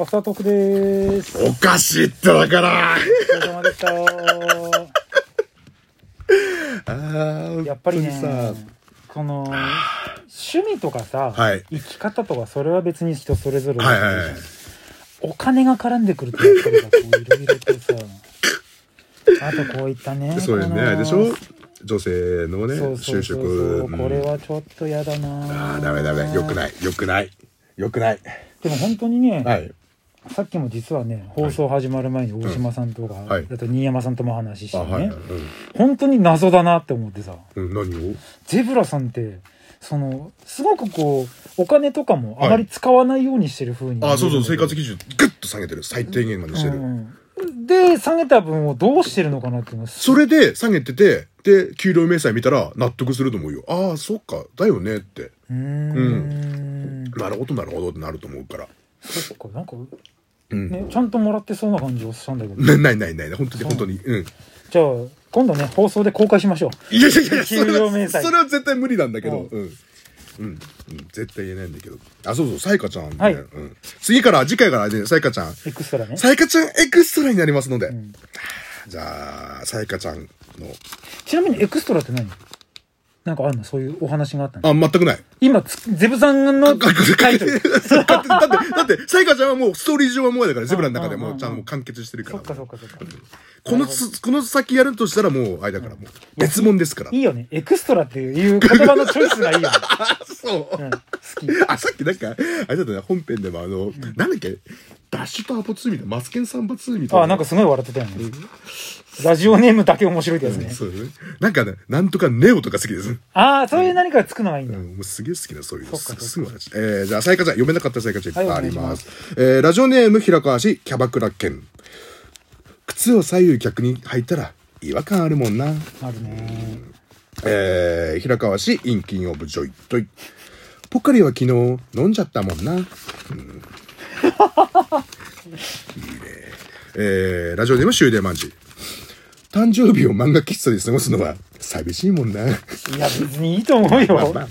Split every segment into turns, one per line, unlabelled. アフタートークでーす。
おかしいってだから。
お疲れ様でした。
あ ー
やっぱりね
本当にさ、
この、趣味とかさ、
はい
生き方とか、それは別に人それぞれだ
は
け
い
ど
はいはい。
お金が絡んでくるとやっぱりさ、こういろいろとさ、あとこういったね、
そうよ
こ
ね。
の
あれでしょ女性のね、
そうそうそ
就
う
職。
そう、これ
うん
はちょっとやだな
ああ、ダメダメ。よく
い。
ない。よくない。よくない。
でも本当にね、
はい。
さっきも実はね、放送始まる前に大島さんとか、
はい
あと新山さんとも話し
あ、
てね、
はい。うん
本当に謎だなって思ってさ、
うん。何を
ゼブラさんって、その、すごくこう、お金とかもあまり使わないようにしてる風に、
あそうそう、生活基準、ぐっと下げてる。最低限までして
う
る。
んうんで、下げた分をどうしてるのかなっていうのは、
それで下げてて、で、給料明細見たら納得すると思うよ。ああ、そっか、だよねって。
うーん
なるほど、なるほどってなると思うから。
そっか、なんか、
うん。
ね、ちゃんともらってそうな感じをしたんだけど。
な、ないないない。本当に、本当に。うん。
じゃあ、今度ね、放送で公開しましょう。
いやいやいや、そ
給
れ
料明
は、
細
それは絶対無理なんだけど。
う
うん。うん。うん絶対言えないんだけど。あ、そうそう、さいかちゃんね。
はい
うん。次から、次回からね、さいかちゃん。
エクストラね。
さいかちゃんエクストラになりますので。
ん
じゃあ、さいかちゃんの。
ちなみにエクストラって何なんかあるのそういうお話があったの
あ、全くない。
今つ、ゼブさんの
かか
タイトル。
そうだって、だって、だって、さいかちゃんはもうストーリー上はもうだから、ゼブラの中でもうちゃんともう完結してるか
そ
ら。
っかそ
こ
っかそっか。
のつ、この先やるとしたらもう、あれだからもう、別物ですから
い。いよね。エクストラっていう言葉のチョイスがいいよね。、。
あ、そううん
好き。
あ、さっきなんか、あれだったね、本編でもあの、なんだっけ、ダッシュとアポ2みたいな、マスケンサンバ2みたいな。
あ、なんかすごい笑ってたよね。ラジオネームだけ面白いってやつね。
そうね。なんかね、なんとかネオとか好きです。
ああ、そういう何かがつくのがいいん
う
だ。
ん、もうすげえ好きな、そういう
そ
の。
っ
す
か
すぐ話。えー、じゃあ、さいかちゃん、読めなかったさいかちゃんいっぱいあります。えー、ラジオネーム、平川氏、キャバクラ犬。靴を左右逆に履いたら、違和感あるもんな。
あるね。
えー、平川氏、インキンオブジョイトイ。ポカリは昨日、飲んじゃったもんな。 うんいいね。えー、ラジオネーム終電まんじ。誕生日を漫画喫茶で過ごすのは寂しいもんな。
いや、別にいいと思うよ。
まあま
ま
あ
あ、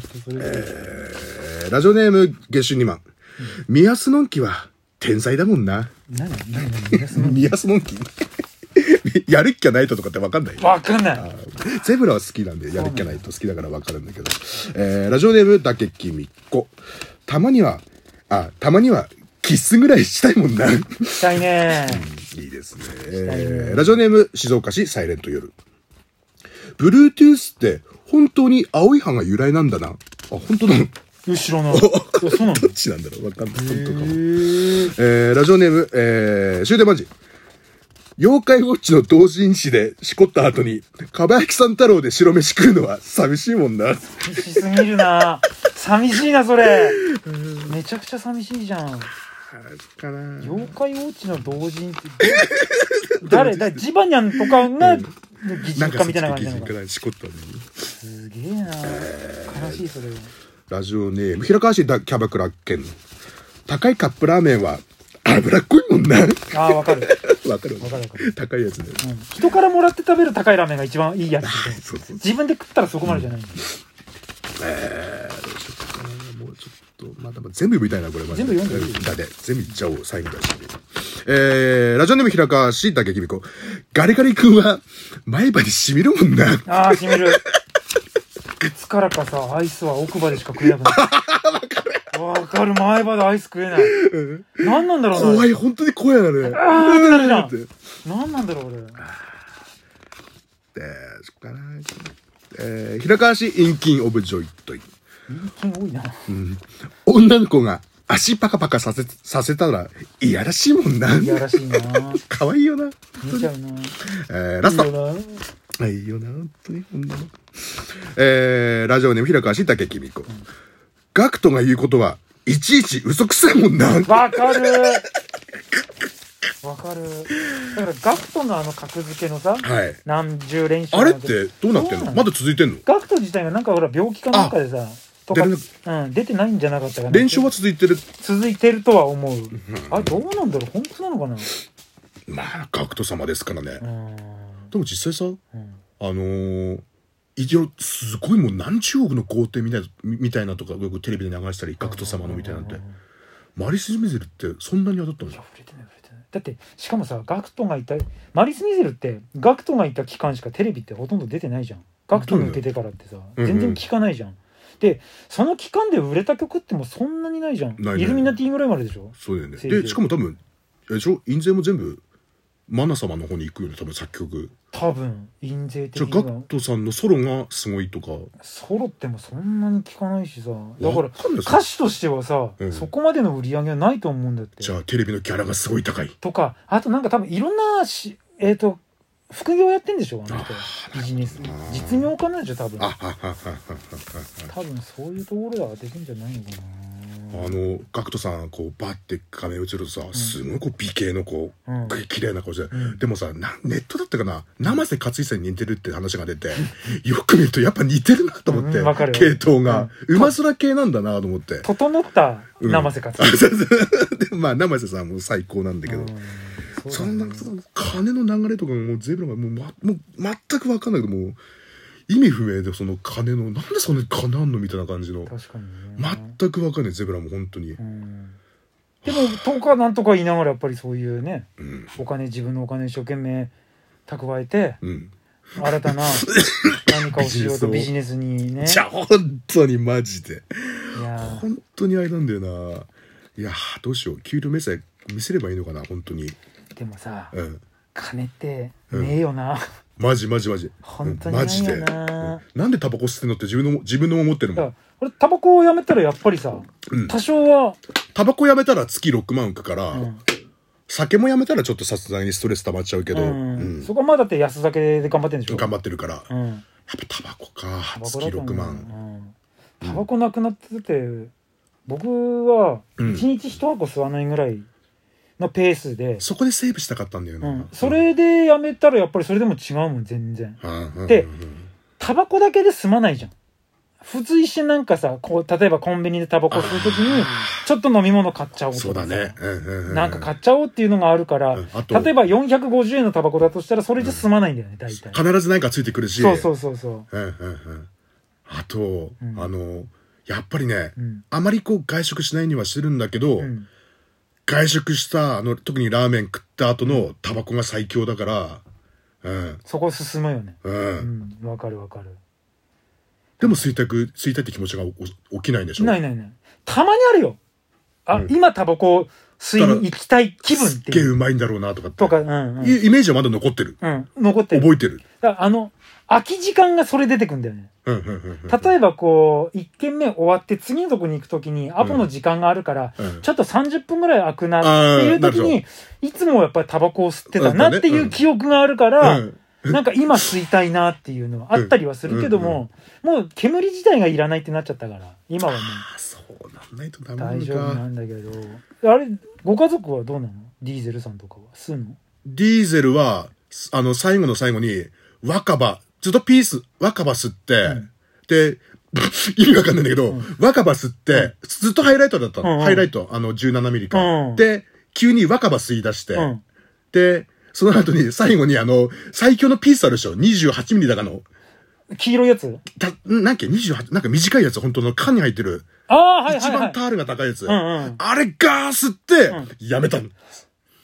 人それぞれ。
えーラジオネーム月収2万。ミアスノンキは天才だもんな。
何何何
ミアスノンキ やるっきゃないととかってわかんない。
わかんない。
ゼブラは好きなんで、やるっきゃないと好きだからわかるんだけど。えーラジオネーム、だけきみっこ。たまには、あ、たまには、キスぐらいしたいもんな。い
したいね。
いですね。えーラジオネーム、静岡市サイレント夜。Bluetooth って、本当に青い歯が由来なんだな。あ、本当だ。
後ろの。いやそうなの
どっちなんだろうわかんない。本当かも。
へえ。
えーラジオネーム、えー、終電バンジー。妖怪ウォッチの同人誌でしこった後に、かばやきさん太郎で白飯食うのは寂しいもんな。
寂しすぎるな。寂しいな、それ。めちゃくちゃ寂しいじゃん。
かな
妖怪ウォッチの同人って、ど誰だ、ジバニャンとかが、擬
な
人
ん
化
か
みたいな感じ
擬
なのか
人化。だねしこった後に。
すげえな悲しいそれは
ラジオネーム、平川市だキャバクラ県。高いカップラーメンは脂っこいもんな。 わ
あーわかる
かる
わかるわか
高いやつだよ。
うん人からもらって食べる高いラーメンが一番いいやつ
そうそう。
自分で食ったらそこまでじゃない、
もうちょっと、まだまだ全部見たいな、これ。
全部読んで
るだね。全部いっちゃおう、最後だし。えー、ラジオネーム平川氏、だけきみこ。ガリガリ君は、前歯に染みるもんな。
ああしみるいつからかさアイスは奥歯でしか食えなくなった わかる前歯でアイス食えない何なんだろうな
怖い、本当に怖いな、あれ。
あーってなるじゃ
って
ん何なんだろう俺
えー、そっかな。えー、平川氏、インキンオブジョイトイ。
人間多いな
女の子が足パカパカさせ、させたら、いやらしいもんな。
いやらしいな
可愛いよな。
見ちゃうな
えー、ラスト
いい。よな
あいいよな、本当に、女の子。えー、ラジオネーム、平川し竹きみこ。ガクトが言うことは、いちいち嘘くさいもんな。
わかるわかるだからガクトのあの格付けのさ、
はい。
何十連勝
あれって、どうなって
どう
ん
な
の
の
まだ続いてんの
ガクト自体がなんかほら病気かなんかでさとか
出れ
うん、出てないんじゃなかったかな
連勝は続いてる。
続いてるとは思う、あれどうなんだろう本当なのかな
まあ、ガクト様ですからね
う。ん
でも実際さ、
うん
あのー、一応、すごいもう何中国の皇帝みたいな、みたいなとか、よくテレビで流したり、ガクト様のみたいなんて。マリス・ミゼルってそんなに当たったん
い
だ
や触れてない触れてないだってしかもさガクトがいたマリス・ミゼルってガクトがいた期間しかテレビってほとんど出てないじゃんガクト抜けてからってさ
うん
全然聞かないじゃん、でその期間で売れた曲ってもうそんなにないじゃん
ないない
イルミナティぐらいまででしょ
そうだよね
せいぜい
でしかも多分あれでしょ印税も全部マナ様の方に行くよね多分作曲
多分印税
じ
的
ゃあガ
に
ク
は
トさんのソロがすごいとか
ソロってもそんなに聞かないしさだから
わかんないです
歌手としてはさ、
うん
そこまでの売り上げはないと思うんだって
じゃあテレビのギャラがすごい高い
とかあとなんか多分いろんなしえっ、と副業やってんでしょあの人
あー
ビジネス
なるほどな
実業家なんでしょ多分
あははははは
多分そういうところで当ててんじゃないのか
はあのガクトさんこうバッて画面映るとさ
ん
すごいこう美形のこう
なうん
綺麗な顔して
うん
でもさなネットだったかな生瀬勝久に似てるって話が出てよく見るとやっぱ似てるなと思って、
うんわかる
系統が、
うん
うまそら系なんだなと思って
整った生瀬勝
あそうそう でまあ生瀬さんも最高なんだけど、
うん
そ
そ
ん
ん
な
な
その金の流れとかがもう全部がもう,、ま、もう全く分かんないけどもう意味不明でその金のなんでそんなに金あんのみたいな感じの
確かにね、
全く分かんないゼブラも本当に
うんでもとかなんとか言いながらやっぱりそういうね
うん
お金自分のお金一生懸命蓄えて
うん
新 たな何かをしようとビジネスにね
じゃあ本当にマジで
いやー
本当にあれなんだよないやーどうしよう給料明細見せればいいのかな本当に
でもさ
うん
金ってねえよな、
マジマジマジ
本当
う
に
んマジ
な
で、
いよな、
うんなんでタバコ吸ってんのって自分の自分の思ってる
だか
も
ら
ん、
俺タバコをやめたらやっぱりさ
うん、
多少は、
タバコやめたら月6万浮くから、
うん
酒もやめたらちょっとさすがにストレス溜まっちゃうけど、
うん
うん
そこはまあだって安酒で頑張ってんでしょ
頑張ってるからやっ
うん
ぱタバコか
タバコ
月
だと思
6
う
万
うんタバコなくなってて、僕は
うん
一日一箱吸わないぐらいのペースで、
そこでセーブしたかったんだよ
う
な、
ん、それでやめたらやっぱりそれでも違うもん全然でタバコだけで済まないじゃん付随してなんかさこう例えばコンビニでタバコ吸う時にちょっと飲み物買っちゃおうとかさ
そうだね、うんうんうん、
なんか買っちゃおうっていうのがあるから、
うんあと
例えば450円のタバコだとしたらそれじゃ済まないんだよね、大体。
必ず何かついてくるし
そうそうそうそう。
うんうんうんあと、
うん
あのやっぱりね、
うん。
あまりこう外食しないにはしてるんだけど、
うん
外食したあの特にラーメン食った後のタバコが最強だからうん
そこ進むよね。
うん
うん。わかるわかる。
でも吸いたく吸いたいって気持ちが起起きないんでしょ
ないないない。たまにあるよ。あ、
うん
今タバコ吸いに行きたい気分っ
す
て
っげえ
いう。
うまいんだろうなとかって
とか、うん、うん。
いうイメージはまだ残ってる
うん。残ってる。
覚えてる
だからあの、空き時間がそれ出てくんだよね。
うんうんうんうん
例えばこう、1軒目終わって次のとこに行くときにアポの時間があるから、
うん
ちょっと30分ぐらい空くなっていう時
あーな
に、いつもやっぱりタバコを吸ってたなってい
うん
う記憶があるから、
うん
なんか今吸いたいなっていうのはあったりはするけども、もう煙自体がいらないってなっちゃったから、今はね、
あそうなんないとダメな
大
の
丈夫な
か
んだけど。あれ、ご家族はどうなのディーゼルさんとかは吸うの
ディーゼルはすあの最後の最後に若葉ずっとピース若葉吸って、で 意味わかんないんだけど、若葉吸って、ずっとハイライトだったの、
うんうん
ハイライトあの17ミリか、
うん
で急に若葉吸い出して、
うん。
でその後に最後にあの最強のピースあるでしょ28ミリだかの
黄色いやつ
た、なんだっけ、28、なんか短いやつ、本当の缶に入ってる。
ああ、はいは
一
い、は
番
い
タ。ールが高いやつ。
んうん
あれガー吸って、やめたの。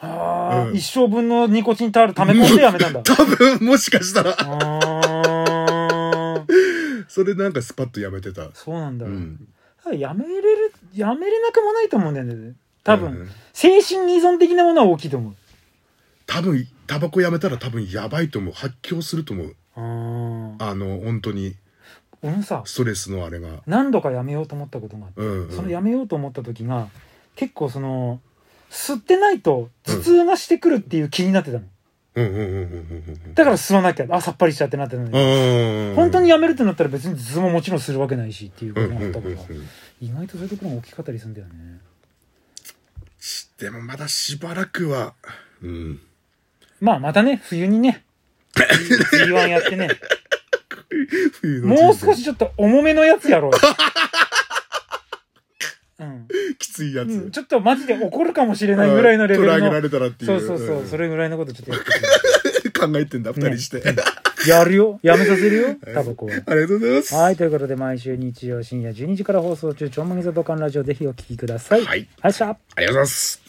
ああ、
うん。
一生分のニコチンタール溜め込んでやめたんだ
多分、もしかしたら、
あー
それなんかスパッとやめてた。
そうなんだ。
うん。
やめれる、やめれなくもないと思うんだよね。多分、
うん
精神依存的なものは大きいと思う。
多分、タバコやめたら多分やばいと思う。発狂すると思う。
ああ。
あの、本当に、
俺もさ、
ストレスのあれが。
何度かやめようと思ったことがあって、
うん、うん。
そのやめようと思った時が、結構その、吸ってないと頭痛がしてくるっていう気になってたの。
うんうんうんうんうん
だから吸わなきゃ、あ、さっぱりしちゃってなってたの
う
に。
ん。うん。
本当に
や
やめるってなったら別に頭痛ももちろんするわけないしっていうこ
う
と
んうん
があ
う
っ
んう
た
んう
から、
ん。
意外とそういうところが大きかったりするんだよね。
でもまだしばらくは、うん。
まあまたね、冬にね、G1 やってね、
冬の人生
もう少しちょっと重めのやつや ろうよ。うん
きついやつ。
うん、ちょっとマジで怒るかもしれないぐらいのレベル
取り上げら
の
れたらってい。
そううそうそう、
ん
それぐらいのことちょっとやって
考えてんだ、二人して。
やるよ。やめさせるよ。タバコは。
ありがとうございます。
はい、ということで、毎週日曜深夜12時から放送中、ちょんまげ座ドカンラジオ、ぜひお聞きください。
はい
ありがとうございました。
ありがとうございます。